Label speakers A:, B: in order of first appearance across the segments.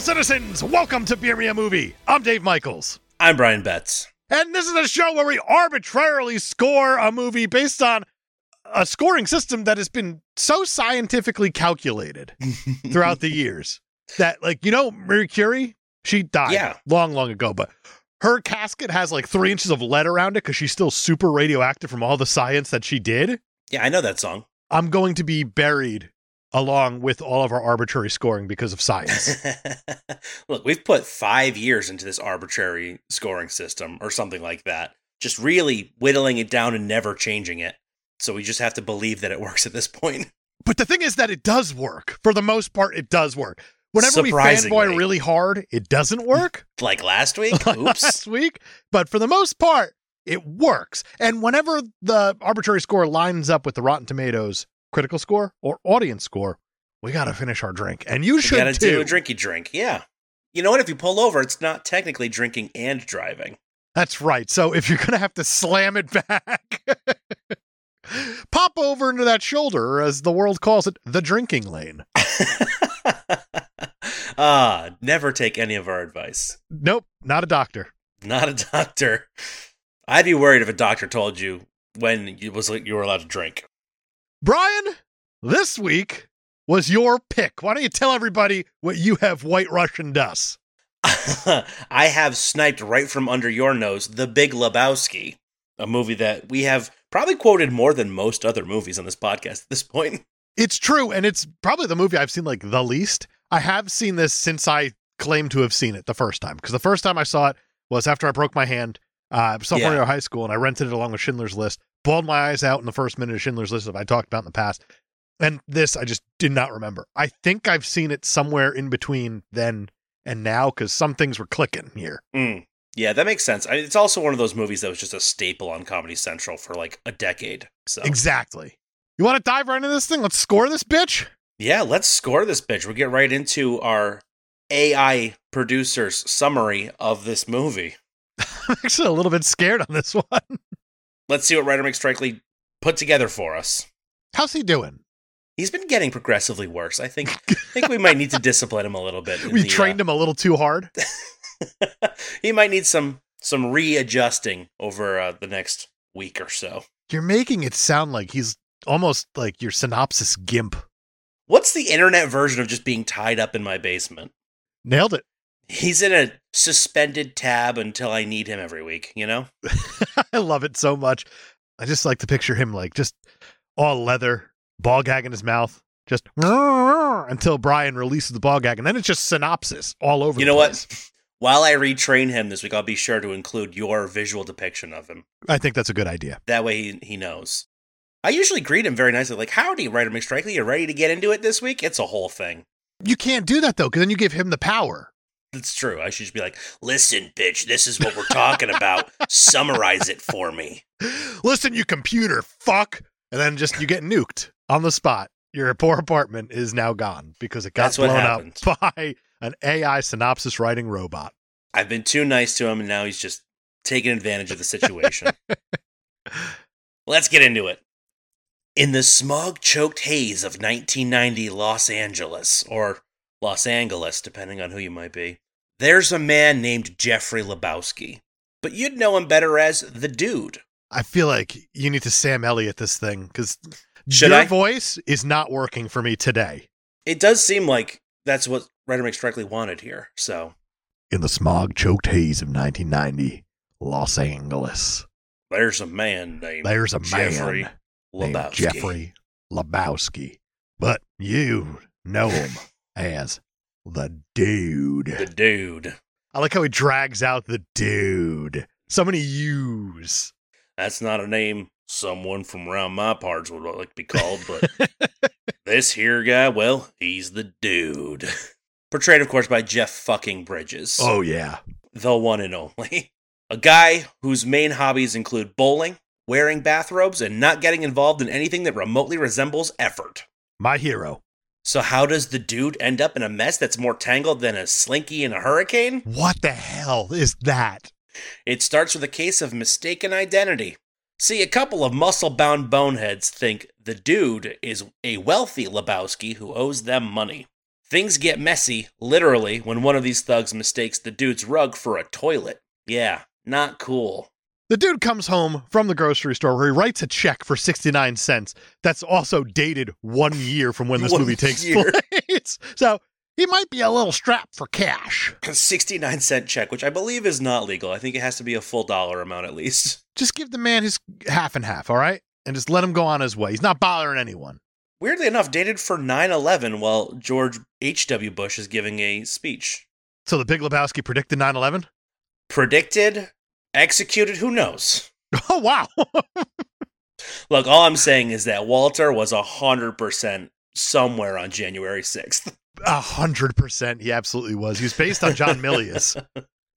A: citizens, welcome to Beer Me a Movie. I'm Dave Michaels.
B: I'm Brian Betts.
A: And this is a show where we arbitrarily score a movie based on a scoring system that has been so scientifically calculated throughout the years that, like, you know, Marie Curie, she died
B: Yeah.
A: long, long ago, but her casket has like three inches of lead around it because she's still super radioactive from all the science that she did.
B: Yeah, I know that song.
A: I'm going to be buried along with all of our arbitrary scoring because of science.
B: Look, we've put five years into this arbitrary scoring system or something like that, just really whittling it down and never changing it. So we just have to believe that it works at this point.
A: but the thing is that it does work. For the most part, it does work. Whenever we fanboy
B: Surprisingly.
A: really hard, it doesn't work
B: Like last week?
A: last
B: Oops.
A: week. But for the most part, it works. And whenever the arbitrary score lines up with the Rotten Tomatoes critical score or audience score, we got to finish our drink. And you
B: You
A: should
B: gotta
A: too.
B: do a drinky drink. Yeah. You know what? If you pull over, it's not technically drinking and driving.
A: That's right. So if you're going to have to slam it back, pop over into that shoulder, or as the world calls it, the drinking lane.
B: Ah, never take any of our advice.
A: Nope, not a doctor.
B: Not a doctor. I'd be worried if a doctor told you when you was you were allowed to drink.
A: Brian, this week was your pick. Why don't you tell everybody what you have White Russian us?
B: I have sniped right from under your nose The Big Lebowski, a movie that we have probably quoted more than most other movies on this podcast at this point.
A: It's true, and it's probably the movie I've seen like the least. I have seen this since I claim to have seen it the first time because the first time I saw it was after I broke my hand. Uh, sophomore
B: Yeah.
A: year of high school, and I rented it along with Schindler's List. Bawled my eyes out in the first minute of Schindler's List, if I talked about in the past. And this, I just did not remember. I think I've seen it somewhere in between then and now because some things were clicking here.
B: Mm. Yeah, that makes sense. I, it's also one of those movies that was just a staple on Comedy Central for like a decade. So
A: Exactly. You want to dive right into this thing? Let's score this bitch.
B: yeah, let's score this bitch. We'll get right into our AI producer's summary of this movie.
A: I'm actually a little bit scared on this one.
B: Let's see what Writer McStrikely put together for us.
A: How's he doing?
B: He's been getting progressively worse. I think I think we might need to discipline him a little bit. in
A: We
B: the, uh,
A: trained him a little too hard.
B: he might need some some readjusting over uh, the next week or so.
A: You're making it sound like he's almost like your synopsis gimp.
B: What's the internet version of just being tied up in my basement?
A: Nailed it.
B: He's in a suspended tab until I need him every week, you know?
A: I love it so much. I just like to picture him like just all leather, ball gag in his mouth, just until Brian releases the ball gag, and then it's just synopsis all over.
B: You
A: the
B: know
A: place.
B: what? While I retrain him this week, I'll be sure to include your visual depiction of him.
A: I think that's a good idea.
B: That way he, he knows. I usually greet him very nicely, like, Howdy, Writer McStrikely, you ready to get into it this week? It's a whole thing.
A: You can't do that though, because then you give him the power.
B: It's true. I should just be like, Listen, bitch, this is what we're talking about. Summarize it for me.
A: Listen, you computer fuck, and then just you get nuked on the spot. Your poor apartment is now gone because it got
B: That's what
A: blown
B: happened.
A: up by an AI synopsis writing robot.
B: I've been too nice to him, and now he's just taking advantage of the situation. Let's get into it. In the smog choked haze of 1990 Los Angeles, or Los Angeles, depending on who you might be, there's a man named Jeffrey Lebowski. But you'd know him better as the dude.
A: I feel like you need to Sam Elliott this thing because
B: Should
A: your
B: I?
A: voice is not working for me today.
B: It does seem like that's what Writer McStrikely wanted here, so
A: In the smog choked haze of 1990, Los Angeles,
B: there's a man named
A: there's a
B: Jeffrey
A: man named
B: Lebowski.
A: Jeffrey Lebowski, but you know him as the dude.
B: The dude.
A: I like how he drags out the dude. So many U's.
B: That's not a name someone from around my parts would like to be called, but this here guy, well, he's the dude. Portrayed, of course, by Jeff fucking Bridges,
A: Oh yeah.
B: the one and only. A guy whose main hobbies include bowling, wearing bathrobes, and not getting involved in anything that remotely resembles effort.
A: My hero.
B: So, how does the dude end up in a mess that's more tangled than a slinky in a hurricane?
A: What the hell is that?
B: It starts with a case of mistaken identity. See, a couple of muscle bound boneheads think the dude is a wealthy Lebowski who owes them money. Things get messy, literally, when one of these thugs mistakes the dude's rug for a toilet. Yeah, not cool.
A: The dude comes home from the grocery store where he writes a check for 69 cents that's also dated one year from when this
B: One
A: movie takes
B: year.
A: place. So he might be a little strapped for cash.
B: 69 cent check, which I believe is not legal. I think it has to be a full dollar amount at least.
A: Just give the man his half and half, all right? And just let him go on his way. He's not bothering anyone.
B: Weirdly enough, dated for 9 11 while George H.W. Bush is giving a speech.
A: So the Big Lebowski predicted 9 11?
B: Predicted, executed, who knows?
A: Oh, wow.
B: Look, all I'm saying is that Walter was 100% somewhere on January 6th.
A: A hundred percent, he absolutely was. He was based on John Milius,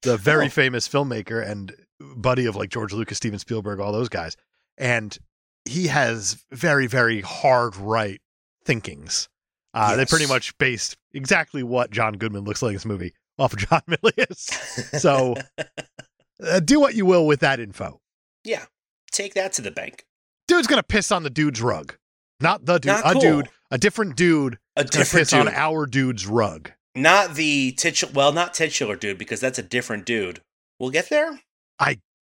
A: the very
B: Oh.
A: famous filmmaker and buddy of like George Lucas, Steven Spielberg, all those guys. And he has very, very hard right thinkings. Uh, They
B: Yes.
A: pretty much based exactly what John Goodman looks like in this movie off of John Milius. So uh, do what you will with that info.
B: Take that to the bank.
A: Dude's gonna piss on the dude's rug, not the dude,
B: Not
A: a
B: cool.
A: dude, a different dude.
B: A
A: Gonna
B: different
A: piss
B: dude.
A: on our dude's rug.
B: not the titular, well, not titular dude, because that's a different dude. We'll get there.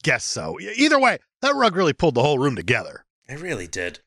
A: Guess so. E- Either way, that rug really pulled the whole room together.
B: It really did.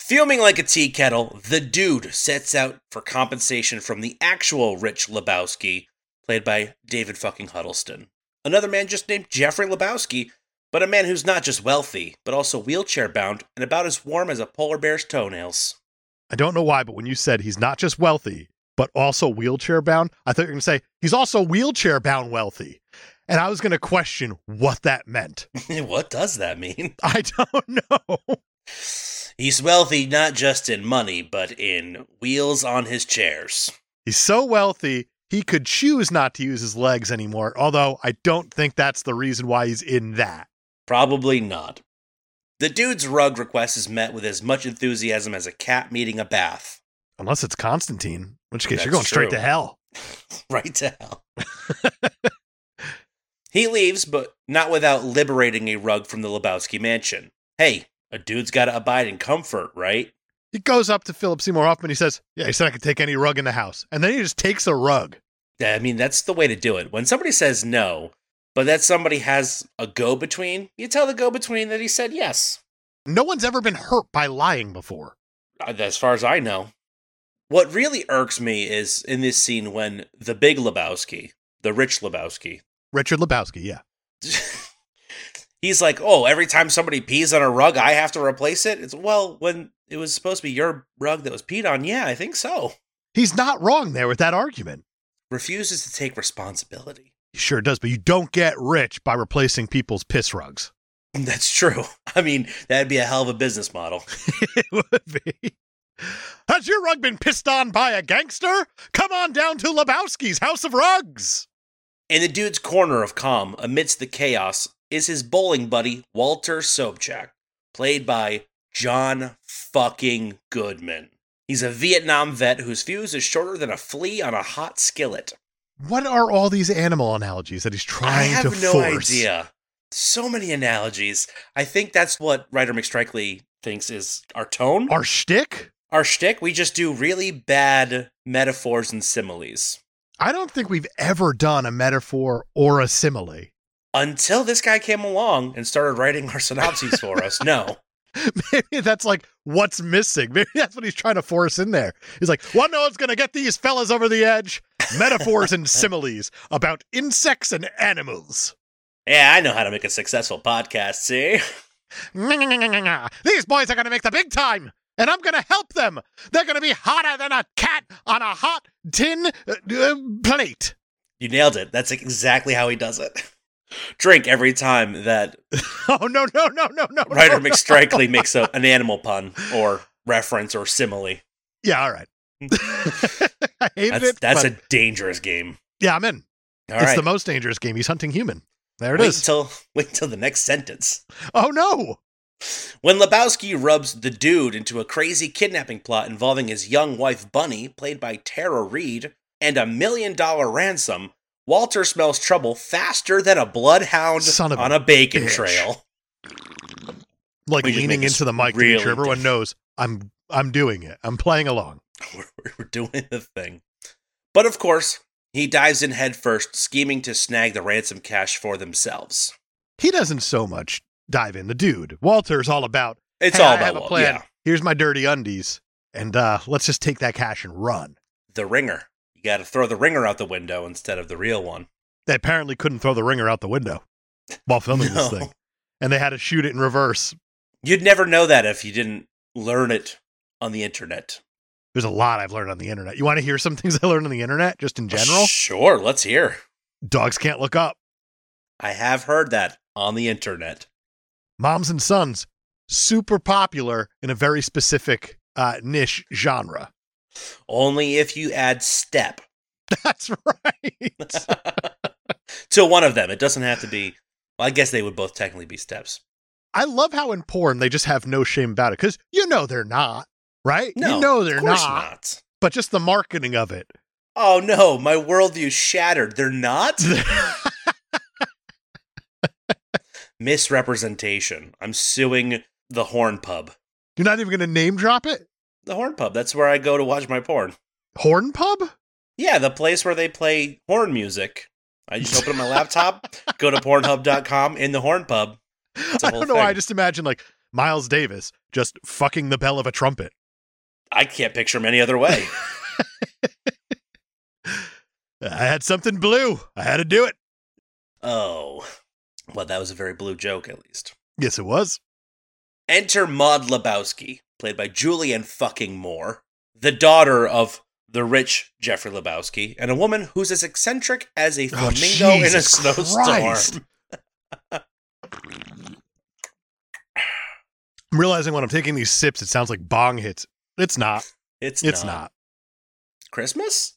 B: Fuming like a tea kettle, the dude sets out for compensation from the actual Rich Lebowski, played by David fucking Huddleston. Another man just named Jeffrey Lebowski, but a man who's not just wealthy, but also wheelchair bound and about as warm as a polar bear's toenails.
A: I don't know why, but when you said he's not just wealthy, but also wheelchair bound, I thought you were going to say he's also wheelchair bound wealthy. And I was going to question what that meant.
B: what does that mean?
A: I don't know.
B: He's wealthy not just in money, but in wheels on his chairs.
A: He's so wealthy, he could choose not to use his legs anymore, although I don't think that's the reason why he's in that.
B: Probably not. The dude's rug request is met with as much enthusiasm as a cat meeting a bath.
A: Unless it's Constantine, in which case you're
B: That's
A: going straight
B: true.
A: to hell.
B: Right to hell. he leaves, but not without liberating a rug from the Lebowski mansion. Hey, a dude's gotta abide in comfort, right?
A: He goes up to Philip Seymour Hoffman. He says, Yeah, he said I could take any rug in the house. And then he just takes a rug.
B: I mean, that's the way to do it. When somebody says no, but that somebody has a go between, you tell the go between that he said yes.
A: No one's ever been hurt by lying before.
B: uh, as far as I know. What really irks me is in this scene when the big Lebowski, the rich Lebowski,
A: Richard Lebowski, yeah.
B: he's like, oh, every time somebody pees on a rug, I have to replace it. It's well, when it was supposed to be your rug that was peed on, yeah, I think so.
A: He's not wrong there with that argument.
B: Refuses to take responsibility.
A: He sure does, but you don't get rich by replacing people's piss rugs.
B: That's true. I mean, that'd be a hell of a business model.
A: it would be. Has your rug been pissed on by a gangster? Come on down to Lebowski's House of Rugs.
B: In the dude's corner of calm, amidst the chaos, is his bowling buddy, Walter Sobchak, played by John fucking Goodman. He's a Vietnam vet whose fuse is shorter than a flea on a hot skillet.
A: What are all these animal analogies that he's trying
B: I have
A: to
B: no
A: force?
B: idea. So many analogies. I think that's what writer McStrikely thinks is our tone, our,
A: Our shtick?
B: shtick. We just do really bad metaphors and similes.
A: I don't think we've ever done a metaphor or a simile.
B: Until this guy came along and started writing our synopses for us. No.
A: Maybe that's like what's missing. Maybe that's what he's trying to force in there. He's like, well, no one's going to get these fellas over the edge. Metaphors and similes about insects and animals.
B: Yeah, I know how to make a successful podcast, see?
A: These boys are going to make the big time, and I'm going to help them. They're going to be hotter than a cat on a hot tin uh, uh, plate.
B: You nailed it. That's exactly how he does it. Drink every time that
A: Oh, no, no, no, no, no.
B: writer
A: no, no.
B: McStrikely makes a, an animal pun or reference or simile.
A: Yeah, all right. I hated
B: That's,
A: it.
B: that's
A: but-
B: a dangerous game.
A: yeah, I'm in.
B: All right.
A: it's the most dangerous game. He's hunting human. There it
B: wait
A: is.
B: Till, wait till the next sentence.
A: oh, no.
B: When Lebowski rubs the dude into a crazy kidnapping plot involving his young wife Bunny, played by Tara Reid, and a million dollar ransom, Walter smells trouble faster than a bloodhound
A: Son of a
B: on a bacon
A: bitch.
B: trail.
A: like
B: We just
A: leaning
B: make this
A: into the mic to
B: really
A: make sure everyone
B: different.
A: knows I'm I'm doing it. I'm playing along.
B: We're, we're doing the thing. But of course, he dives in headfirst, scheming to snag the ransom cash for themselves.
A: He doesn't so much dive in. The dude, Walter's all about.
B: It's
A: "Hey,
B: all
A: I
B: about
A: have a
B: Wal-
A: plan.
B: yeah,
A: Here's my dirty undies, and uh, let's just take that cash and run.
B: the ringer. You got to throw the ringer out the window instead of the real one.
A: They apparently couldn't throw the ringer out the window while filming this
B: No.
A: thing, and they had to shoot it in reverse.
B: You'd never know that if you didn't learn it on the internet.
A: There's a lot I've learned on the internet. You want to hear some things I learned on the internet, just
B: Oh,
A: in general?
B: Sure, let's hear.
A: Dogs can't look up.
B: I have heard that on the internet.
A: Moms and Sons, super popular in a very specific uh, niche genre.
B: Only if you add step
A: That's right.
B: to one of them. It doesn't have to be. Well, I guess they would both technically be steps.
A: I love how in porn they just have no shame about it because you know they're not, right?
B: No,
A: you know they're
B: of course
A: not,
B: not.
A: but just the marketing of it.
B: Oh no, my worldview shattered. They're not misrepresentation. I'm suing the Horn Pub.
A: You're not even going to name drop it?
B: The Horn Pub. That's where I go to watch my porn.
A: Horn Pub?
B: Yeah, the place where they play horn music. I just open up my laptop, go to Pornhub.com in the Horn Pub. a
A: I
B: whole
A: don't know. why I
B: thing.
A: just imagine like Miles Davis just fucking the bell of a trumpet.
B: I can't picture him any other way.
A: I had something blue. I had to do it.
B: Oh, well, that was a very blue joke, at least.
A: Yes, it was.
B: Enter Maud Lebowski, played by Julianne fucking Moore, the daughter of the rich Jeffrey Lebowski, and a woman who's as eccentric as a
A: Oh,
B: flamingo in a
A: Jesus Christ.
B: snowstorm.
A: I'm realizing when I'm taking these sips, it sounds like bong hits. It's not.
B: It's,
A: It's
B: not.
A: not.
B: Christmas?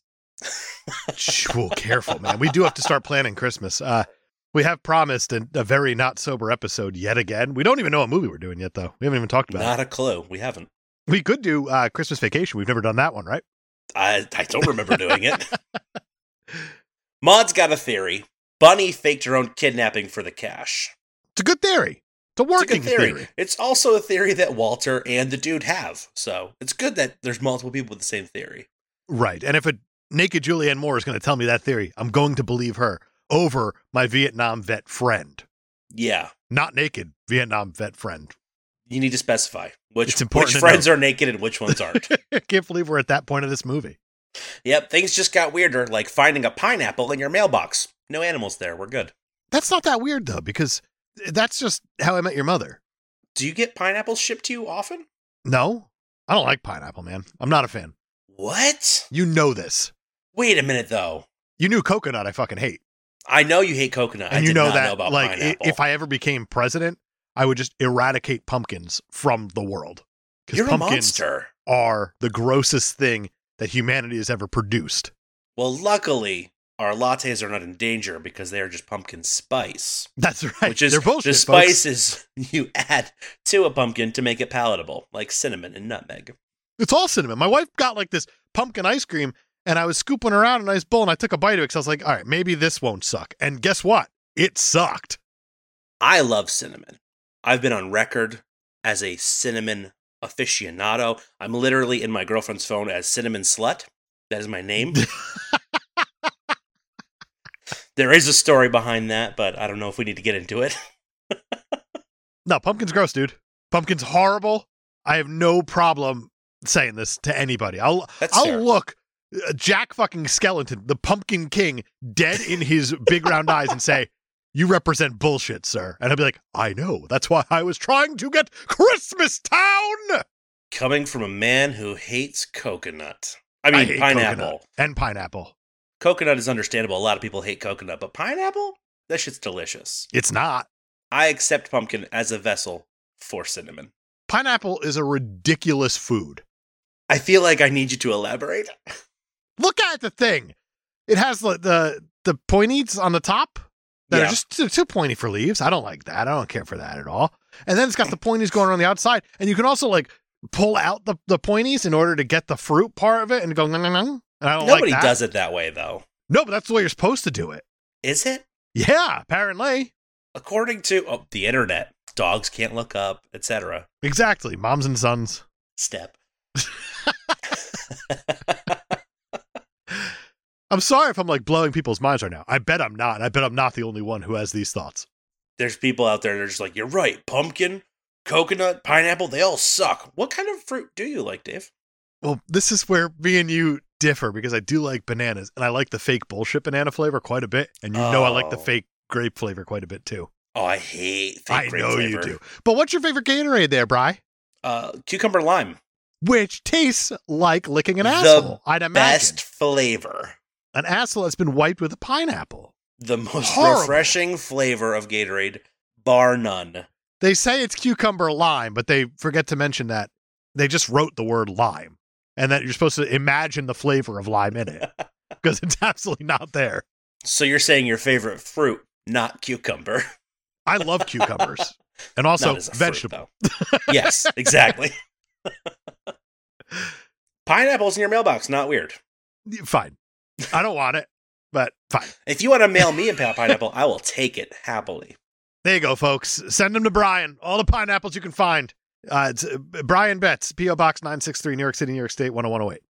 A: Shh, Whoa, careful, man. We do have to start planning Christmas. Uh, we have promised a, a very not sober episode yet again. We don't even know what movie we're doing yet, though. We haven't even talked about
B: Not a clue. We haven't.
A: it. We could do uh, Christmas Vacation. We've never done that one, right?
B: I, I don't remember doing it. Maud's got a theory. Bunny faked her own kidnapping for the cash.
A: It's a good theory. It's a
B: It's a
A: working
B: good theory. It's also a theory that Walter and the dude have. So it's good that there's multiple people with the same theory.
A: Right. And if a naked Julianne Moore is going to tell me that theory, I'm going to believe her over my Vietnam vet friend.
B: Yeah.
A: Not naked, Vietnam vet friend.
B: You need to specify which,
A: It's important
B: which
A: to
B: friends are naked and which ones aren't.
A: I can't believe we're at that point of this movie.
B: yep, things just got weirder, like finding a pineapple in your mailbox. No animals there. We're good.
A: That's not that weird, though, because that's just how I met your mother.
B: Do you get pineapples shipped to you often?
A: No, I don't like pineapple, man. I'm not a fan.
B: What?
A: You know this.
B: Wait a minute, though.
A: You knew coconut I fucking hate.
B: I know you hate coconut.
A: And
B: I
A: you
B: did
A: know
B: not
A: that,
B: know about
A: like, i-
B: pineapple.
A: if I ever became president, I would just eradicate pumpkins from the world. Because
B: You're a
A: pumpkins
B: monster.
A: are the grossest thing that humanity has ever produced.
B: Well, luckily, our lattes are not in danger because they are just pumpkin spice,
A: That's right.
B: which is
A: They're bullshit,
B: the
A: folks.
B: spices you add to a pumpkin to make it palatable, like cinnamon and nutmeg.
A: It's all cinnamon. My wife got like this pumpkin ice cream, and I was scooping her out an ice bowl, and I took a bite of it because I was like, all right, maybe this won't suck. And guess what? It sucked.
B: I love cinnamon. I've been on record as a cinnamon aficionado. I'm literally in my girlfriend's phone as cinnamon slut. That is my name. there is a story behind that, but I don't know if we need to get into it.
A: No, pumpkin's gross, dude. Pumpkin's horrible. I have no problem saying this to anybody. I'll
B: That's
A: I'll
B: terrible.
A: look uh, Jack fucking Skeleton, the Pumpkin King, dead in his big round eyes and say, "You represent bullshit, sir." And I'll be like, "I know. That's why I was trying to get Christmas Town."
B: Coming from a man who hates coconut. I mean,
A: hate
B: pineapple.
A: coconut. and pineapple.
B: Coconut is understandable. A lot of people hate coconut, but pineapple? That shit's delicious.
A: It's not.
B: I accept pumpkin as a vessel for cinnamon.
A: Pineapple is a ridiculous food.
B: I feel like I need you to elaborate.
A: Look at the thing. It has the the, the pointies on the top that
B: Yeah.
A: are just too, too pointy for leaves. I don't like that. I don't care for that at all. And then it's got the pointies going around the outside, and you can also like pull out the, the pointies in order to get the fruit part of it and go. "Nung, nung, nung." And I don't
B: Nobody
A: like that.
B: does it that way, though.
A: No, but that's the way you're supposed to do it.
B: Is it?
A: Yeah, apparently.
B: According to oh, the internet, dogs can't look up, etc.
A: Exactly. Moms and sons.
B: Step.
A: I'm sorry if I'm like blowing people's minds right now. I bet I'm not. I bet I'm not the only one who has these thoughts.
B: There's people out there that are just like, you're right. Pumpkin, coconut, pineapple, they all suck. What kind of fruit do you like, Dave?
A: Well, this is where me and you differ because I do like bananas and I like the fake bullshit banana flavor quite a bit. And you know I like the
B: Oh.
A: fake grape flavor quite a bit too.
B: Oh, I hate fake
A: I
B: grape
A: know you
B: flavor.
A: do. But what's your favorite Gatorade there, Bry?
B: Uh, cucumber lime,
A: Which tastes like licking an
B: The
A: asshole. I'd imagine.
B: best flavor.
A: An asshole that's been wiped with a pineapple.
B: The most
A: Horrible.
B: refreshing flavor of Gatorade, bar none.
A: They say it's cucumber lime, but they forget to mention that they just wrote the word lime and that you're supposed to imagine the flavor of lime in it because it's absolutely not there.
B: So you're saying your favorite fruit, not cucumber.
A: I love cucumbers and also
B: Not as a fruit,
A: vegetables.
B: though. yes, exactly. Pineapples in your mailbox, not weird.
A: Fine. I don't want it, but fine.
B: If you want to mail me a pa- pineapple, I will take it happily.
A: There you go, folks. Send them to Brian. All the pineapples you can find. Uh, it's uh, Brian Betts, P.O. Box 963, New York City, New York State, 10108.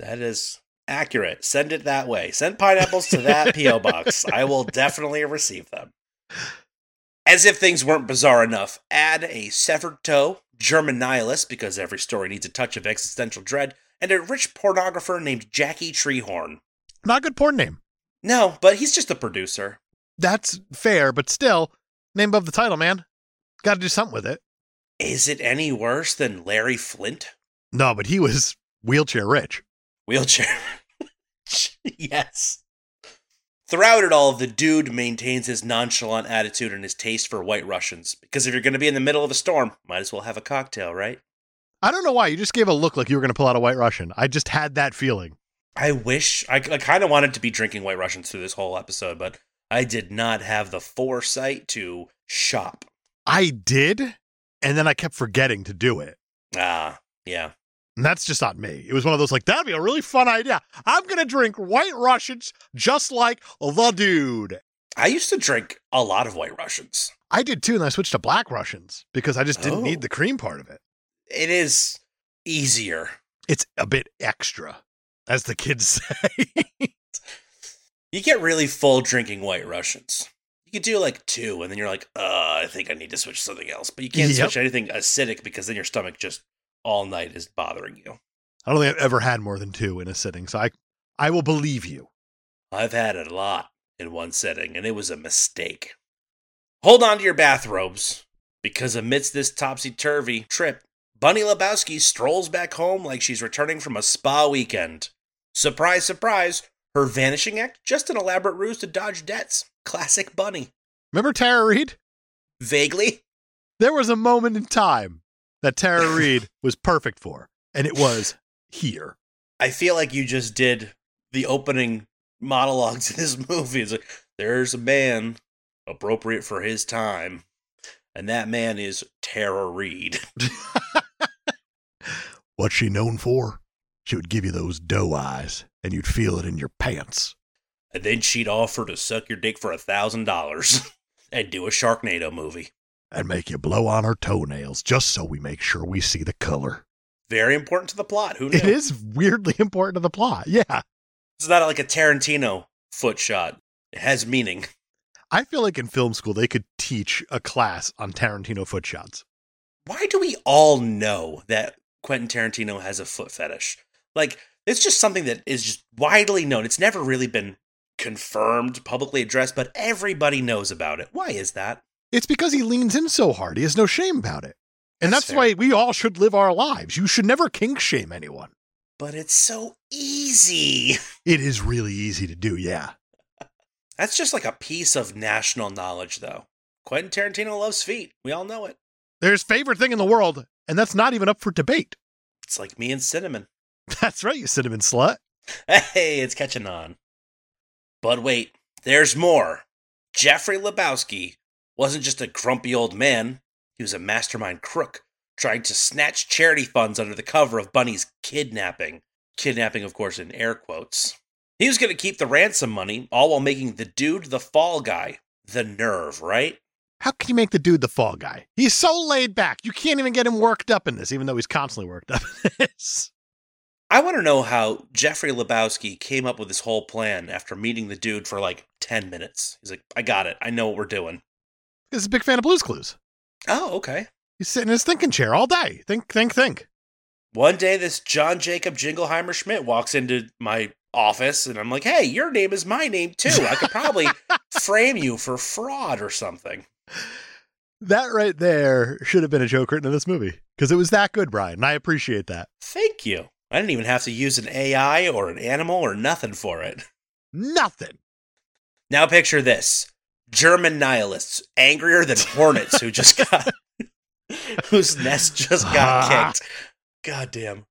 B: That is accurate. Send it that way. Send pineapples to that P.O. box. I will definitely receive them. As if things weren't bizarre enough, add a severed toe, German nihilist, because every story needs a touch of existential dread, and a rich pornographer named Jackie Treehorn.
A: Not a good porn name.
B: No, but he's just a producer.
A: That's fair, but still, name above the title, man. Got to do something with it.
B: Is it any worse than Larry Flint?
A: No, but he was wheelchair rich.
B: Wheelchair. yes. Throughout it all, the dude maintains his nonchalant attitude and his taste for white Russians. Because if you're going to be in the middle of a storm, might as well have a cocktail, right?
A: I don't know why. You just gave a look like you were going to pull out a White Russian. I just had that feeling.
B: I wish. I, I kind of wanted to be drinking white Russians through this whole episode, but I did not have the foresight to shop.
A: I did, and then I kept forgetting to do it.
B: Ah, yeah.
A: And that's just not me. It was one of those like, that'd be a really fun idea. I'm going to drink White Russians just like the dude.
B: I used to drink a lot of white Russians.
A: I did too, and I switched to Black Russians because I just didn't
B: Oh.
A: need the cream part of it.
B: It is easier.
A: It's a bit extra, as the kids say.
B: You get really full drinking white Russians. You could do like two, and then you're like, uh, I think I need to switch to something else. But you can't
A: Yep.
B: switch anything acidic because then your stomach just all night is bothering you.
A: I don't think I've ever had more than two in a sitting, so I, I will believe you.
B: I've had a lot in one setting, and it was a mistake. Hold on to your bathrobes, because amidst this topsy turvy trip, Bunny Lebowski strolls back home like she's returning from a spa weekend. Surprise, surprise, her vanishing act just an elaborate ruse to dodge debts. Classic Bunny.
A: Remember Tara Reid?
B: Vaguely?
A: there was a moment in time that Tara Reid was perfect for, and it was here.
B: I feel like you just did the opening monologue to this movie. It's like, there's a man appropriate for his time, and that man is Tara Reed.
A: What's she known for? She would give you those doe eyes, and you'd feel it in your pants.
B: And then she'd offer to suck your dick for a thousand dollars and do a Sharknado movie.
A: And make you blow on her toenails just so we make sure we see the color.
B: Very important to the plot. Who knew?
A: It is weirdly important to the plot. Yeah.
B: It's not like a Tarantino foot shot. It has meaning.
A: I feel like in film school, they could teach a class on Tarantino foot shots.
B: why do we all know that Quentin Tarantino has a foot fetish? Like, it's just something that is just widely known. It's never really been confirmed, publicly addressed, but everybody knows about it. Why is that?
A: It's because he leans in so hard. He has no shame about it. And
B: That's
A: that's why we all should live our lives. You should never kink shame anyone.
B: But it's so easy.
A: It is really easy to do, yeah.
B: That's just like a piece of national knowledge, though. Quentin Tarantino loves feet. We all know it.
A: There's favorite thing in the world, and that's not even up for debate.
B: It's like me and cinnamon.
A: That's right, you cinnamon slut.
B: Hey, it's catching on. But wait, there's more. Jeffrey Lebowski wasn't just a grumpy old man, he was a mastermind crook trying to snatch charity funds under the cover of Bunny's kidnapping. Kidnapping, of course, in air quotes. He was going to keep the ransom money, all while making the dude the fall guy. The nerve, right?
A: How can you make the dude the fall guy? He's so laid back. You can't even get him worked up in this, even though he's constantly worked up in this.
B: I want to know how Jeffrey Lebowski came up with this whole plan after meeting the dude for like 10 minutes. He's like, I got it. I know what we're doing.
A: He's a big fan of Blue's Clues.
B: Oh, okay.
A: He's sitting in his thinking chair all day. Think, think, think.
B: One day, this John Jacob Jingleheimer Schmidt walks into my office, and I'm like, hey, your name is my name too. I could probably frame you for fraud or something.
A: That right there should have been a joke written in this movie because it was that good, Brian. And I appreciate that.
B: Thank you. I didn't even have to use an AI or an animal or nothing for it.
A: Nothing.
B: Now picture this German nihilists, angrier than hornets who just got, whose nest just got kicked. Goddamn.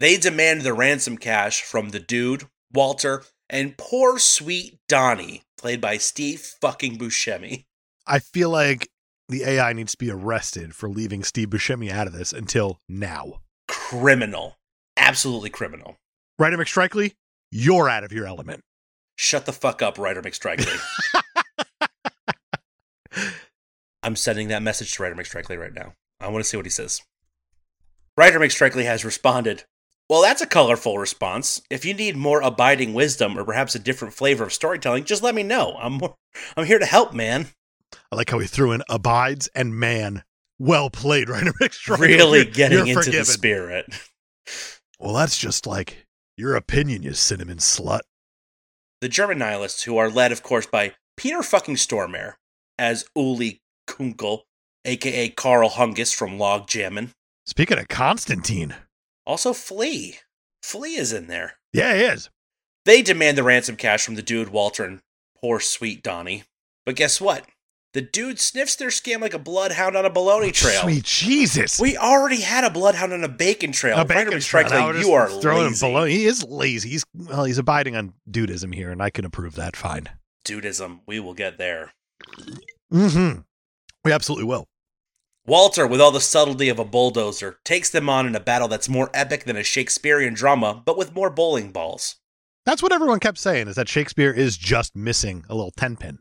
B: They demand the ransom cash from the dude, Walter, and poor sweet Donnie, played by Steve fucking Buscemi.
A: I feel like the AI needs to be arrested for leaving Steve Buscemi out of this until now.
B: Criminal. Absolutely criminal.
A: Ryder McStrikely, you're out of your element.
B: Shut the fuck up, Ryder McStrikely. I'm sending that message to Ryder McStrikely right now. I want to see what he says. Ryder McStrikely has responded Well, that's a colorful response. If you need more abiding wisdom or perhaps a different flavor of storytelling, just let me know. I'm, more, I'm here to help, man.
A: I like how he threw in abides and man. Well played, Ryder McStrikely.
B: Really
A: You're-
B: getting
A: you're
B: into
A: forgiven.
B: the spirit.
A: Well, that's just like your opinion, you cinnamon slut.
B: the German nihilists, who are led, of course, by Peter fucking Stormare as Uli Kunkel, aka Carl Hungus from Log Jammin'.
A: Speaking of Constantine,
B: Also, Flea. Flea is in there.
A: yeah, he is.
B: They demand the ransom cash from the dude Walter and poor sweet Donnie. But guess what? The dude sniffs their scam like a bloodhound on a bologna trail.
A: Sweet Jesus.
B: We already had a bloodhound on a bacon trail.
A: A
B: Ryder
A: bacon
B: McStrikely,
A: shroud. I was
B: you are
A: just throwing him
B: lazy.
A: below. He is lazy. He's well, he's abiding on dudism here, and I can approve that. Fine.
B: Dudism. We will get there.
A: Mm-hmm. We absolutely will.
B: Walter, with all the subtlety of a bulldozer, takes them on in a battle that's more epic than a Shakespearean drama, but with more bowling balls.
A: That's what everyone kept saying is that Shakespeare is just missing a little ten pin.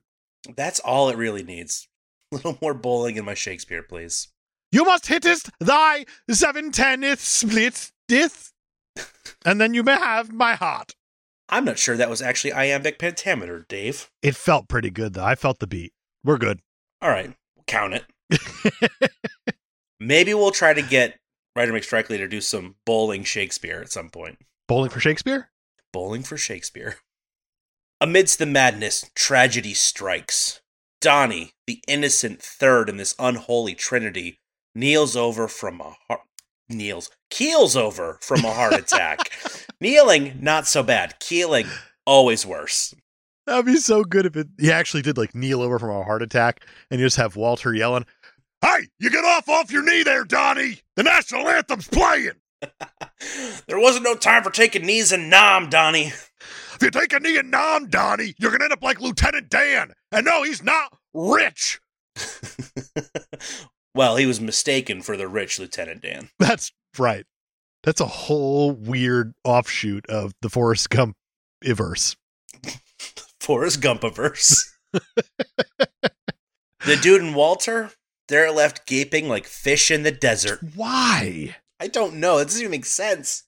B: That's all it really needs. A little more bowling in my Shakespeare, please.
A: You must hittest thy seven tenth split dith, and then you may have my heart.
B: I'm not sure that was actually iambic pentameter, Dave.
A: It felt pretty good though. I felt the beat. We're good.
B: All right, count it. Maybe we'll try to get Ryder McStrikely to do some bowling Shakespeare at some point.
A: Bowling for Shakespeare?
B: Bowling for Shakespeare. Amidst the madness, tragedy strikes. Donnie, the innocent third in this unholy trinity, kneels over from a heart. Kneels. Keels over from a heart attack. Kneeling, not so bad. Keeling, always worse.
A: That'd be so good if it, he actually did like kneel over from a heart attack and you just have Walter yelling, Hey, you get off off your knee there, Donnie! The national anthem's playing!
B: There wasn't no time for taking knees and nom, Donnie.
A: If you take a knee and nom, Donnie, you're gonna end up like Lieutenant Dan. And no, he's not rich.
B: well, he was mistaken for the rich Lieutenant Dan.
A: That's right. That's a whole weird offshoot of the Forrest Gump iverse.
B: Forrest Gumpaverse. the dude and Walter, they're left gaping like fish in the desert.
A: Why?
B: I don't know. It doesn't even make sense.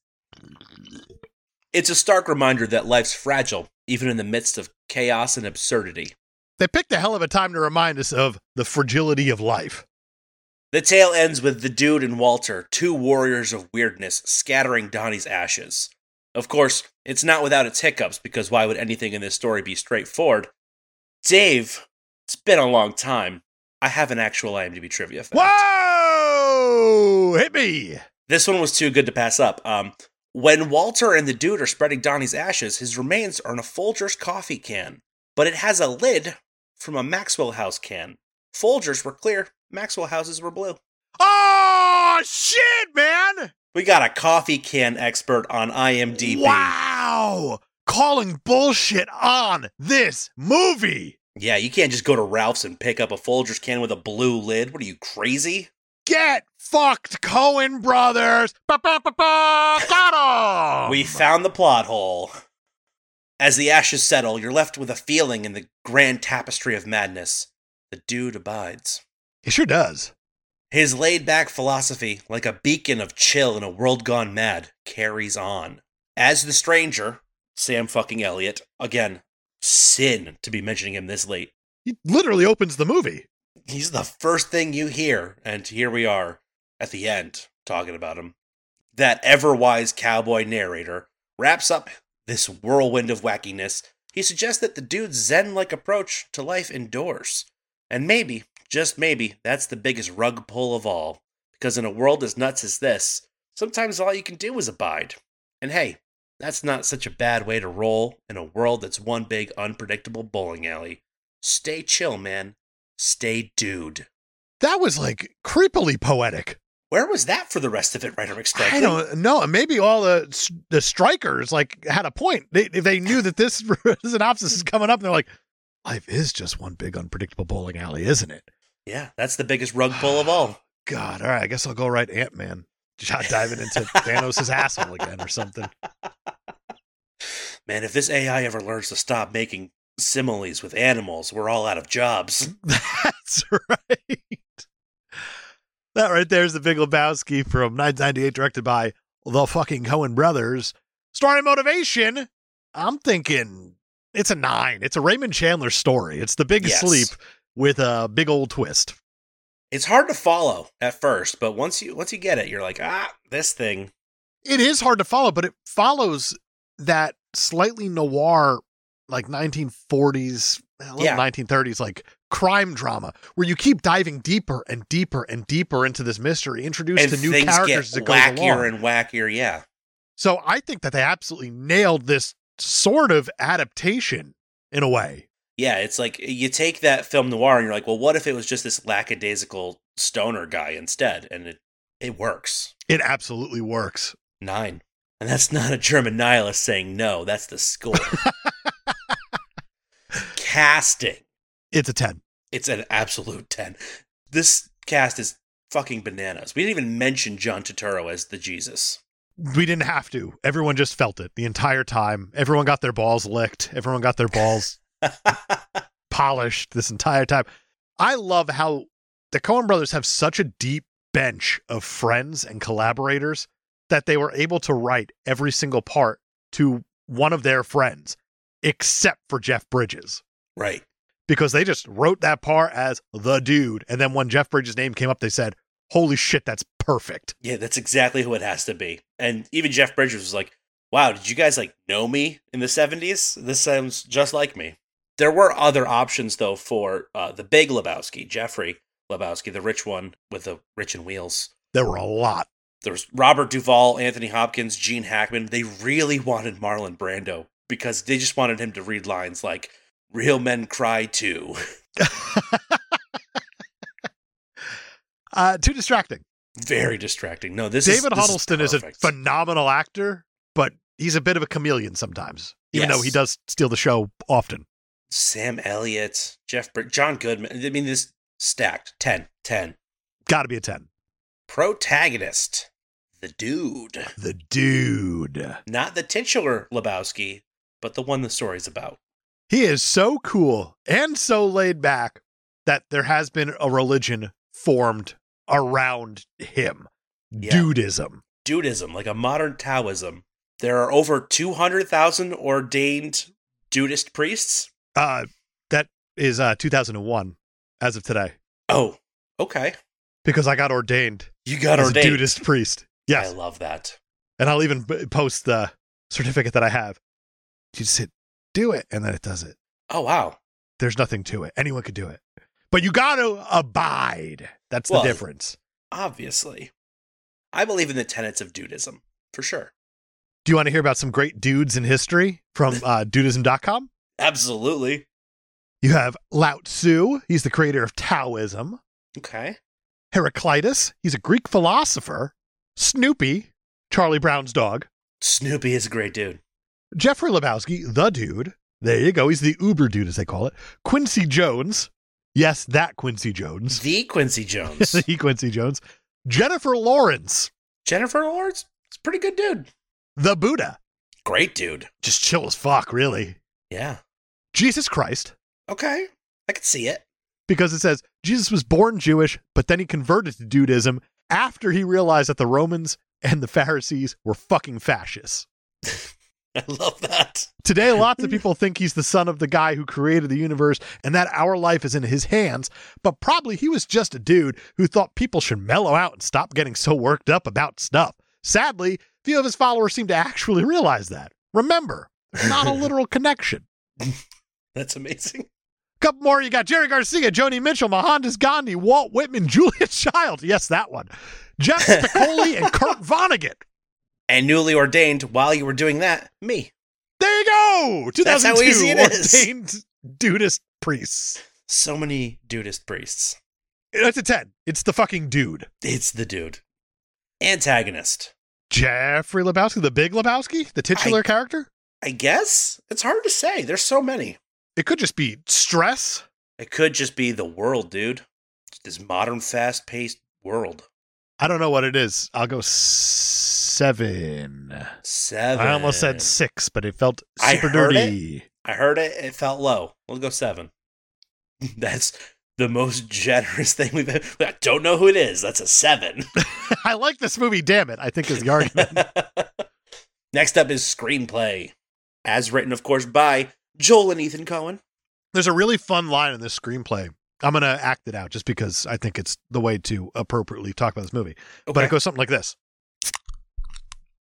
B: It's a stark reminder that life's fragile, even in the midst of chaos and absurdity.
A: They picked a hell of a time to remind us of the fragility of life.
B: The tale ends with the dude and Walter, two warriors of weirdness, scattering Donnie's ashes. Of course, it's not without its hiccups, because why would anything in this story be straightforward? Dave, it's been a long time. I have an actual IMDb trivia fact.
A: Whoa! Hit me!
B: This one was too good to pass up. Um, when Walter and the dude are spreading Donnie's ashes, his remains are in a Folgers coffee can, but it has a lid from a Maxwell House can. Folgers were clear, Maxwell Houses were blue.
A: Oh shit, man!
B: We got a coffee can expert on IMDb.
A: Wow, calling bullshit on this movie.
B: Yeah, you can't just go to Ralph's and pick up a Folgers can with a blue lid. What are you, crazy?
A: Get fucked, Cohen brothers. Ba, ba, ba, ba. Got 'em.
B: we found the plot hole. As the ashes settle, you're left with a feeling in the grand tapestry of madness. The dude abides.
A: He sure does.
B: His laid back philosophy, like a beacon of chill in a world gone mad, carries on. As the stranger, Sam fucking Elliot, again, sin to be mentioning him this late.
A: He literally opens the movie.
B: He's the first thing you hear, and here we are at the end talking about him. That ever wise cowboy narrator wraps up this whirlwind of wackiness. He suggests that the dude's zen like approach to life endures. And maybe, just maybe, that's the biggest rug pull of all. Because in a world as nuts as this, sometimes all you can do is abide. And hey, that's not such a bad way to roll in a world that's one big unpredictable bowling alley. Stay chill, man. Stay dude.
A: That was like creepily poetic.
B: Where was that for the rest of it, Writer McStanley?
A: I don't know. Maybe all the the strikers like had a point. They if they knew that this synopsis is coming up, they're like, "Life is just one big unpredictable bowling alley, isn't it?"
B: Yeah, that's the biggest rug pull of all.
A: God, all right. I guess I'll go write Ant Man. Shot diving into Thanos' asshole again or something.
B: Man, if this AI ever learns to stop making similes with animals, we're all out of
A: Mm-hmm.
B: jobs.
A: That's right. That right there is the Big Lebowski from 1998, directed by the fucking Cohen brothers. Starring motivation, I'm thinking it's a nine. It's a Raymond Chandler story. It's the big
B: Yes.
A: sleep with a big old twist.
B: It's hard to follow at first, but once you once you get it, you're like, ah, this thing.
A: It is hard to follow, but it follows that slightly noir, like 1940s, a little
B: Yeah.
A: 1930s, like crime drama, where you keep diving deeper and deeper and deeper into this mystery, introduced
B: and
A: to new
B: things get
A: characters as it goes
B: wackier
A: along.
B: and wackier. Yeah,
A: So I think that they absolutely nailed this sort of adaptation in a way.
B: yeah. It's like you take that film noir and you're like, well, what if it was just this lackadaisical stoner guy instead? And it it works.
A: It absolutely works.
B: Nine. And that's not a German nihilist saying no. That's the score. Casting.
A: It's a 10.
B: It's an absolute 10. This cast is fucking bananas. We didn't even mention John Turturro as the Jesus.
A: We didn't have to. Everyone just felt it the entire time. Everyone got their balls licked. Everyone got their balls polished this entire time. I love how the Coen brothers have such a deep bench of friends and collaborators that they were able to write every single part to one of their friends, except for Jeff Bridges.
B: right.
A: because they just wrote that part as the dude. And then when Jeff Bridges' name came up, they said, Holy shit, that's perfect.
B: Yeah, that's exactly who it has to be. And even Jeff Bridges was like, wow, did you guys like know me in the 70s? This sounds just like me. There were other options, though, for uh, the big Lebowski, Jeffrey Lebowski, the rich one with the rich and wheels.
A: There were a lot.
B: There was Robert Duvall, Anthony Hopkins, Gene Hackman. They really wanted Marlon Brando because they just wanted him to read lines like "Real men cry too."
A: Uh, too distracting.
B: Very distracting. No, this
A: David
B: is, this is
A: Huddleston is, a
B: perfect.
A: phenomenal actor, but he's a bit of a chameleon sometimes, even
B: Yes.
A: though he does steal the show often.
B: Sam Elliott, Jeff, Br- John Goodman. I mean, this stacked 10, 10.
A: Gotta be a 10.
B: Protagonist, the dude,
A: The dude.
B: not the titular Lebowski, but the one the story's about.
A: He is so cool and so laid back that there has been a religion formed around him.
B: Yeah.
A: Dudism.
B: Dudism, like a modern Taoism. There are over two hundred thousand ordained Dudist priests.
A: Uh, that is uh 2001 as of today
B: Oh, okay.
A: because I got ordained
B: You got
A: as
B: ordained.
A: a Dudist priest.
B: I
A: Yes,
B: love that.
A: and I'll even b- post the certificate that I have. You just hit do it, and then it does it.
B: Oh wow.
A: There's nothing to it. Anyone could do it, but you got to abide. That's the
B: Well-
A: difference.
B: Obviously. I believe in the tenets of dudism, for sure.
A: Do you want to hear about some great dudes in history from uh, dudism.com?
B: Absolutely.
A: You have Lao Tzu. He's the creator of Taoism.
B: Okay.
A: Heraclitus. He's a Greek philosopher. Snoopy, Charlie Brown's dog.
B: Snoopy is a great dude.
A: Jeffrey Lebowski, the dude. There you go. He's the Uber dude, as they call it. Quincy Jones. Yes, that Quincy Jones.
B: The Quincy Jones.
A: he Quincy Jones. Jennifer Lawrence,
B: Jennifer Lawrence? It's a pretty good dude.
A: the Buddha.
B: Great dude.
A: Just chill as fuck, really.
B: Yeah.
A: Jesus Christ.
B: Okay. I could see it.
A: because it says Jesus was born Jewish, but then he converted to Judaism after he realized that the Romans and the Pharisees were fucking fascists.
B: I love that.
A: Today, lots of people think he's the son of the guy who created the universe and that our life is in his hands, but probably he was just a dude who thought people should mellow out and stop getting so worked up about stuff. Sadly, few of his followers seem to actually realize that. Remember, there's not a literal connection.
B: That's amazing.
A: Couple more. You got Jerry Garcia, Joni Mitchell, Mohandas Gandhi, Walt Whitman, Julia Child. Yes, that one. Jeff Spicoli and Kurt Vonnegut.
B: And newly ordained while you were doing that, me.
A: There you go. 2002
B: That's how easy it is.
A: ordained dudist priests.
B: So many dudist priests.
A: That's a 10. It's the fucking dude.
B: It's the dude. Antagonist.
A: Jeffrey Lebowski, the big Lebowski, the titular character.
B: I guess? It's hard to say. There's so many.
A: It could just be stress.
B: It could just be the world, dude. This modern, fast paced world.
A: I don't know what it is. I'll go seven.
B: Seven.
A: I almost said six, but it felt
B: I
A: super
B: heard it.
A: dirty.
B: I heard it. It felt low. We'll go seven. That's the most generous thing we've ever. I don't know who it is. That's a seven.
A: I like this movie, damn it, I think is the argument.
B: Next up is screenplay, as written, of course, by Joel and Ethan Cohen.
A: There's a really fun line in this screenplay. I'm going to act it out just because I think it's the way to appropriately talk about this movie. But
B: Okay.
A: it goes something like this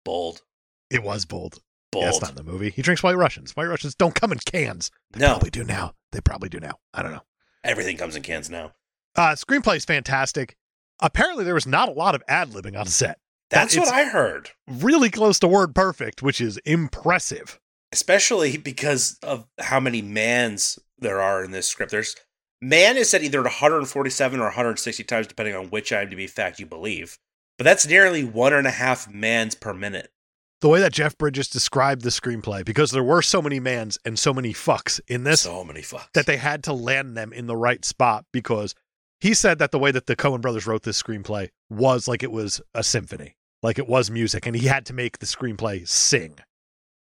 B: bold,
A: It was bold.
B: bold.
A: Yeah, it's not in the movie. He drinks White Russians. White Russians don't come in cans. They
B: No.
A: probably do now. They probably do now. I don't know.
B: Everything comes in cans now.
A: Uh, screenplay is fantastic. Apparently, there was not a lot of ad libbing on set.
B: That's what
A: it's-
B: I heard,
A: Really close to word perfect, which is impressive.
B: especially because of how many mans there are in this script. There's man is said either 147 or 160 times, depending on which IMDb fact you believe. But that's nearly one and a half mans per minute.
A: The way that Jeff Bridges described the screenplay, because there were so many mans and so many fucks in this,
B: so many fucks.
A: that they had to land them in the right spot because he said that the way that the Cohen brothers wrote this screenplay was like it was a symphony, like it was music, and he had to make the screenplay sing.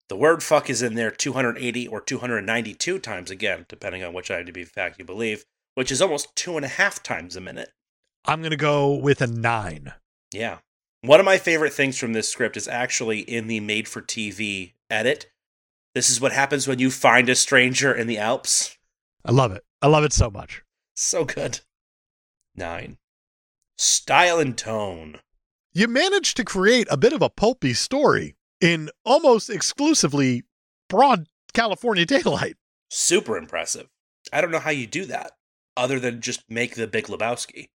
B: The word fuck is in there 280 or 292 times again, depending on which IMDb fact you believe, which is almost two and a half times a minute.
A: I'm going to go with a nine.
B: Yeah. One of my favorite things from this script is actually in the made for TV edit. This is what happens when you find a stranger in the Alps.
A: I love it. I love it so much.
B: So good. Nine. Style and tone.
A: You managed to create a bit of a pulpy story in almost exclusively broad California daylight.
B: Super impressive. I don't know how you do that other than just make the Big Lebowski.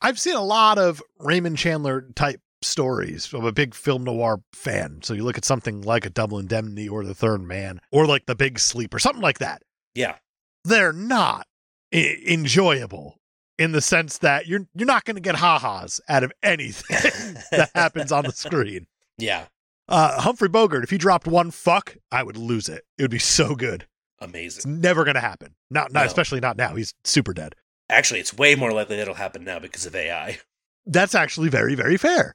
A: I've seen a lot of Raymond Chandler type stories. I'm a big film noir fan. So you look at something like a Double Indemnity or The Third Man or like The Big Sleep or something like that.
B: Yeah.
A: They're not I- enjoyable in the sense that you're you're not going to get ha-has out of anything that happens on the screen.
B: Yeah.
A: Uh, Humphrey Bogart, if he dropped one fuck, I would lose it. It would be so good. It's
B: Amazing.
A: never going to happen. Not, not
B: No.
A: especially not now. He's super dead.
B: Actually, it's way more likely that'll happen now because of AI.
A: That's actually very, very fair.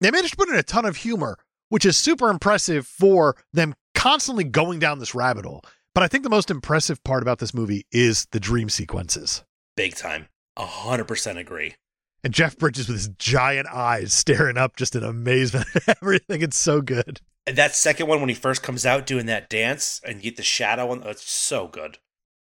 A: They managed to put in a ton of humor, which is super impressive for them constantly going down this rabbit hole. But I think the most impressive part about this movie is the dream sequences.
B: Big time. 100% agree.
A: And Jeff Bridges with his giant eyes staring up just in amazement at everything. It's so good.
B: And that second one, when he first comes out doing that dance and you get the shadow on, oh, it's so good.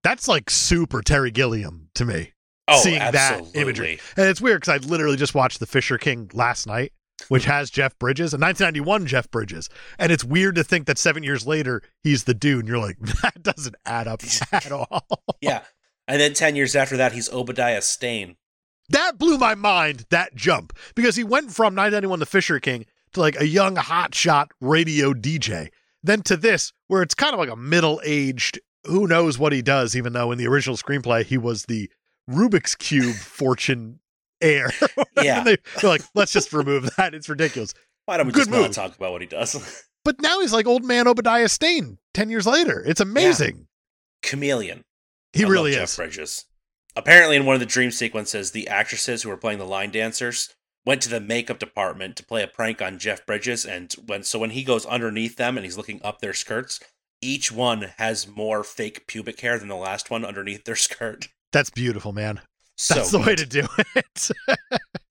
A: That's like super Terry Gilliam to me.
B: Oh,
A: Seeing that
B: absolutely.
A: imagery. And it's weird because I literally just watched The Fisher King last night, which has Jeff Bridges, a 1991 Jeff Bridges. And it's weird to think that seven years later, he's the dude. And you're like, that doesn't add up at all.
B: Yeah. And then 10 years after that, he's Obadiah Stane.
A: that blew my mind, that jump, because he went from 1991 The Fisher King to like a young hotshot radio DJ, then to this, where it's kind of like a middle aged, who knows what he does, even though in the original screenplay, he was the Rubik's Cube fortune heir.
B: Yeah.
A: And they, they're like, let's just remove that. It's ridiculous.
B: Why don't we
A: Good
B: just
A: move.
B: not talk about what he does?
A: But now he's like old man Obadiah Stane 10 years later. It's amazing.
B: Chameleon.
A: He
B: I love
A: really
B: Jeff
A: is.
B: Bridges. Apparently, in one of the dream sequences, the actresses who were playing the line dancers went to the makeup department to play a prank on Jeff Bridges. And when so when he goes underneath them and he's looking up their skirts, each one has more fake pubic hair than the last one underneath their skirt.
A: That's beautiful, man.
B: So
A: That's the way to do it.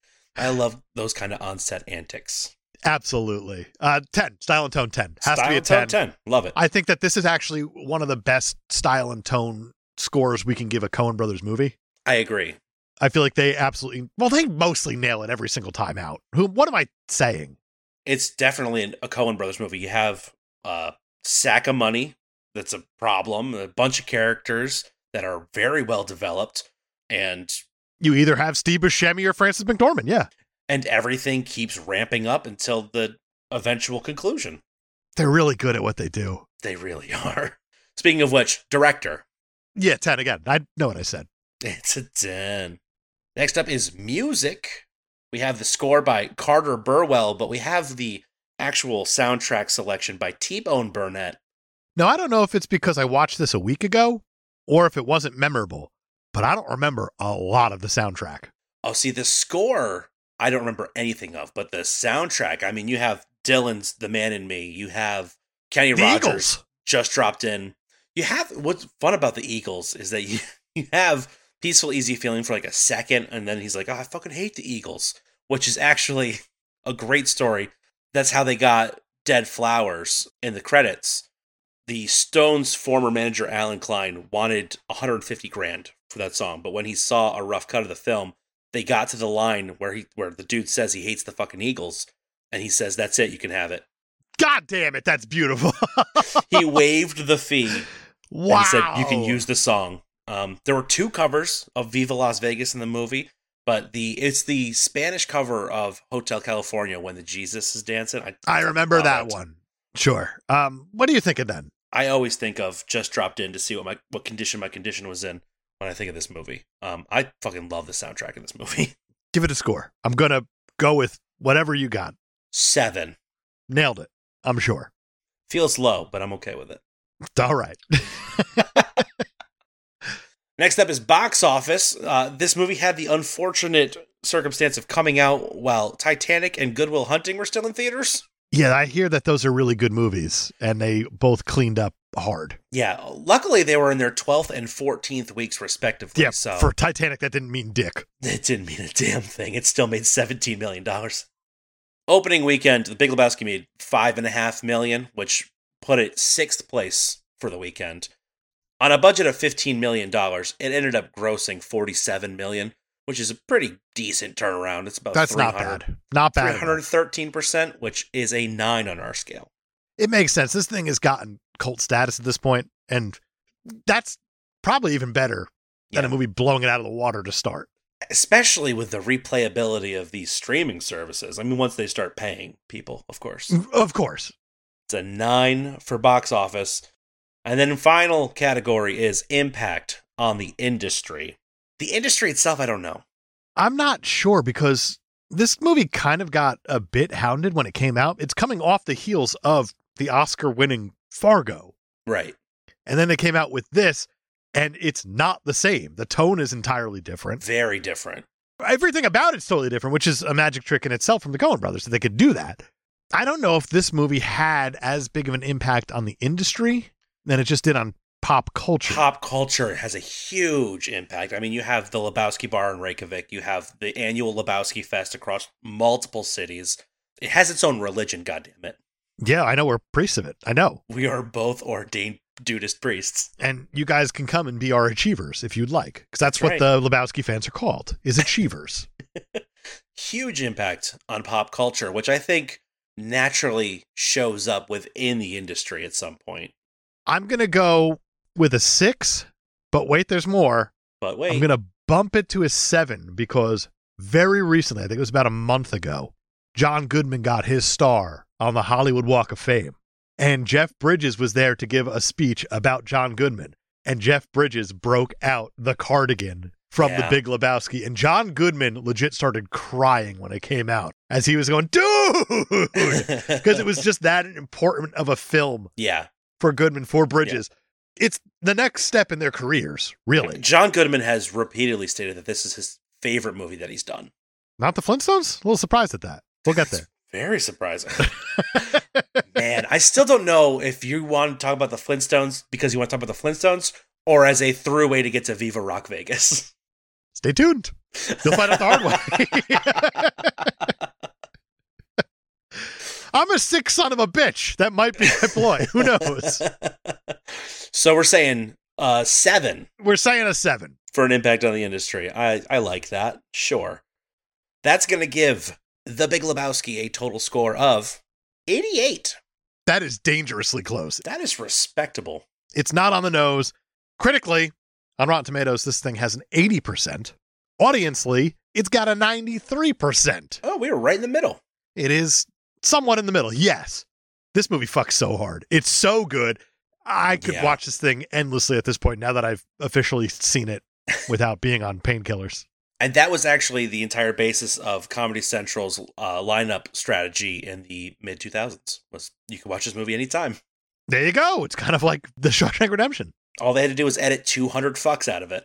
B: I love those kind of onset antics.
A: Absolutely. Uh, 10. Style and tone 10. Has to
B: Style
A: be a
B: and tone
A: 10.
B: Love it.
A: I think that this is actually one of the best style and tone scores we can give a Coen Brothers movie.
B: I agree.
A: I feel like they absolutely, well, they mostly nail it every single time out. Who, what am I saying?
B: It's definitely an, a Cohen Brothers movie. You have a sack of money that's a problem, a bunch of characters that are very well developed, and
A: You either have Steve Buscemi or Francis McDormand. Yeah.
B: and everything keeps ramping up until the eventual conclusion.
A: They're really good at what they do.
B: They really are. Speaking of which, director.
A: Yeah, 10 again. I know what I said.
B: It's a 10. Next up is music. We have the score by Carter Burwell, but we have the actual soundtrack selection by T Bone Burnett.
A: Now, I don't know if it's because I watched this a week ago or if it wasn't memorable, but I don't remember a lot of the soundtrack.
B: Oh, see, the score, I don't remember anything of, but the soundtrack, I mean, you have Dylan's The Man in Me, you have Kenny
A: The
B: Rogers.
A: Eagles.
B: just dropped in. You have what's fun about the Eagles is that you you have peaceful, easy feeling for like a second, and then he's like, "Oh, I fucking hate the Eagles," which is actually a great story. That's how they got Dead Flowers in the credits. The Stones' former manager Alan Klein wanted 150 grand for that song, but when he saw a rough cut of the film, they got to the line where he where the dude says he hates the fucking Eagles, and he says, "That's it, you can have it."
A: God damn it, that's beautiful.
B: He waived the fee.
A: wow.
B: and he said you can use the song. Um, there were two covers of Viva Las Vegas in the movie, but the it's the Spanish cover of Hotel California when the Jesus is dancing. I
A: I remember
B: Love
A: that
B: it.
A: one. Sure. Um, what are you thinking then?
B: I always think of just dropped in to see what my what condition my condition was in when I think of this movie. Um, I fucking love the soundtrack in this movie.
A: Give it a score. I'm gonna go with whatever you got.
B: Seven
A: Nailed it. I'm sure.
B: feels low, but I'm okay with it.
A: All right.
B: Next up is box office. Uh, this movie had the unfortunate circumstance of coming out while Titanic and Goodwill Hunting were still in theaters.
A: yeah, I hear that those are really good movies, and they both cleaned up hard.
B: Yeah, luckily they were in their 12th and 14th weeks respectively.
A: Yeah.
B: so
A: For Titanic, that didn't mean dick.
B: it didn't mean a damn thing. It still made 17 million dollars. Opening weekend, The Big Lebowski made five and a half million, which put it sixth place for the weekend. On a budget of 15 million dollars, it ended up grossing 47 million, which is a pretty decent turnaround. It's about
A: That's not
B: 300
A: bad. Not bad. at all.
B: 313%, which is a 9 on our scale.
A: It makes sense. This thing has gotten cult status at this point, and that's probably even better than
B: Yeah.
A: a movie blowing it out of the water to start.
B: especially with the replayability of these streaming services. I mean, once they start paying people, of course.
A: Of course.
B: It's a nine for box office. And then final category is impact on the industry. The industry itself, I don't know.
A: I'm not sure because this movie kind of got a bit hounded when it came out. It's coming off the heels of the Oscar winning Fargo.
B: Right.
A: And then they came out with this, and it's not the same. The tone is entirely different.
B: Very different.
A: Everything about it's totally different, which is a magic trick in itself from the Coen brothers that they could do that. I don't know if this movie had as big of an impact on the industry than it just did on pop culture.
B: Pop culture has a huge impact. I mean, you have the Lebowski Bar in Reykjavik, you have the annual Lebowski Fest across multiple cities. It has its own religion, goddammit.
A: Yeah, I know we're priests of it. I know.
B: We are both ordained dudist priests.
A: and you guys can come and be our achievers if you'd like because that's, what
B: That's right.
A: the lebowski fans are called is achievers
B: huge impact on pop culture, which I think naturally shows up within the industry at some point.
A: i'm gonna go with a six but wait there's more
B: But wait,
A: i'm gonna bump it to a seven because very recently i think it was about a month ago john goodman got his star on the hollywood walk of fame and jeff bridges was there to give a speech about john goodman and jeff bridges broke out the cardigan from the
B: Yeah.
A: big lebowski and john goodman legit started crying when it came out as he was going dude because it was just that important of a film
B: yeah.
A: for Goodman for Bridges. It's the next step in their careers, really.
B: John Goodman has repeatedly stated that this is his favorite movie that he's done.
A: Not the Flintstones? A little surprised at that. We'll get there.
B: Very surprising. Man, I still don't know if you want to talk about the Flintstones because you want to talk about the Flintstones or as a throughway to get to Viva Rock Vegas.
A: Stay tuned. You'll find out the hard way. I'm a sick son of a bitch. That might be my ploy. Who knows?
B: so we're saying uh, seven
A: We're saying a seven.
B: for an impact on the industry. I, I like that. Sure. That's going to give The Big Lebowski a total score of 88.
A: That is dangerously close.
B: That is respectable.
A: It's not on the nose. Critically, on Rotten Tomatoes, this thing has an 80%. Audiencely, it's got a 93%.
B: Oh, we were right in the middle.
A: It is somewhat in the middle. Yes. This movie fucks so hard. It's so good. I could
B: Yeah.
A: watch this thing endlessly at this point now that I've officially seen it without being on painkillers.
B: And that was actually the entire basis of Comedy Central's uh, lineup strategy in the mid 2000s. Was you could watch this movie anytime.
A: There you go. It's kind of like the Shawshank Redemption.
B: All they had to do was edit 200 fucks out of it.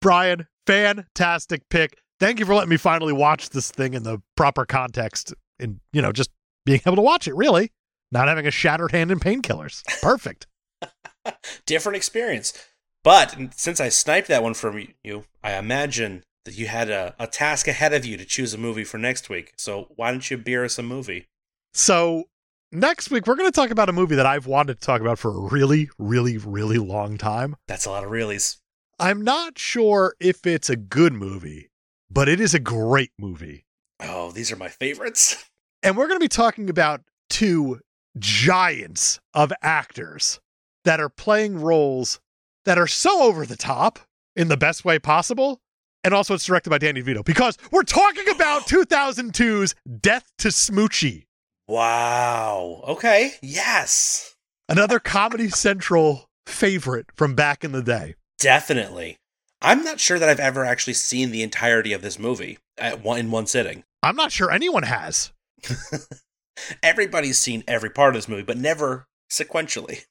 A: Brian, fantastic pick. Thank you for letting me finally watch this thing in the proper context and, you know, just being able to watch it, really. Not having a shattered hand in painkillers. Perfect.
B: Different experience. But since I sniped that one from you, I imagine that you had a, a task ahead of you to choose a movie for next week. So why don't you beer us a movie?
A: so, next week, we're going to talk about a movie that I've wanted to talk about for a really, really, really long time.
B: That's a lot of reallys.
A: I'm not sure if it's a good movie, but it is a great movie.
B: Oh, these are my favorites.
A: And we're going to be talking about two giants of actors that are playing roles that are so over the top in the best way possible. And also, it's directed by Danny DeVito because we're talking about 2002's Death to Smoochie,
B: Wow. Okay. Yes.
A: another Comedy Central favorite from back in the day.
B: Definitely. I'm not sure that I've ever actually seen the entirety of this movie at one, in one sitting.
A: I'm not sure anyone has.
B: Everybody's seen every part of this movie, but never sequentially.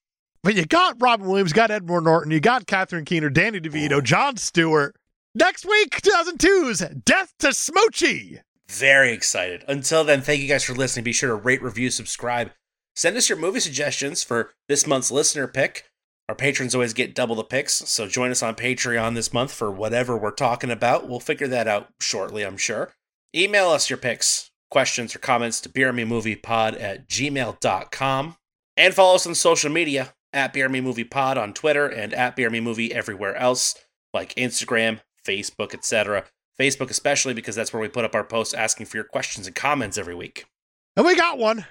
A: But you got Robin Williams, got Edmore Norton, you got Catherine Keener, Danny DeVito, John Stewart. Next week, 2002's Death to Smoochie.
B: Very excited. Until then, thank you guys for listening. Be sure to rate, review, subscribe. Send us your movie suggestions for this month's listener pick. Our patrons always get double the picks, so join us on Patreon this month for whatever we're talking about. We'll figure that out shortly, I'm sure. Email us your picks, questions, or comments to beermemoviepod at gmail.com. And follow us on social media at Beer Me Movie Pod on Twitter and at Beer Me Movie everywhere else, like Instagram, Facebook, etc. Facebook, especially because that's where we put up our posts asking for your questions and comments every week.
A: And we got one.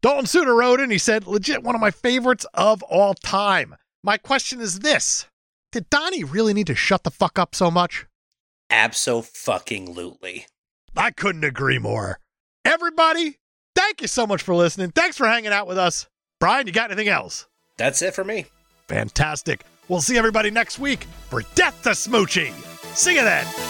A: Dalton Suter wrote in. He said, legit one of my favorites of all time. My question is this Did Donnie really need to shut the fuck up so much?
B: Abso-fucking-lutely.
A: I couldn't agree more. Everybody, thank you so much for listening. Thanks for hanging out with us. Brian, you got anything else?
B: That's it for me.
A: Fantastic. We'll see everybody next week for Death to Smoochie. See you then.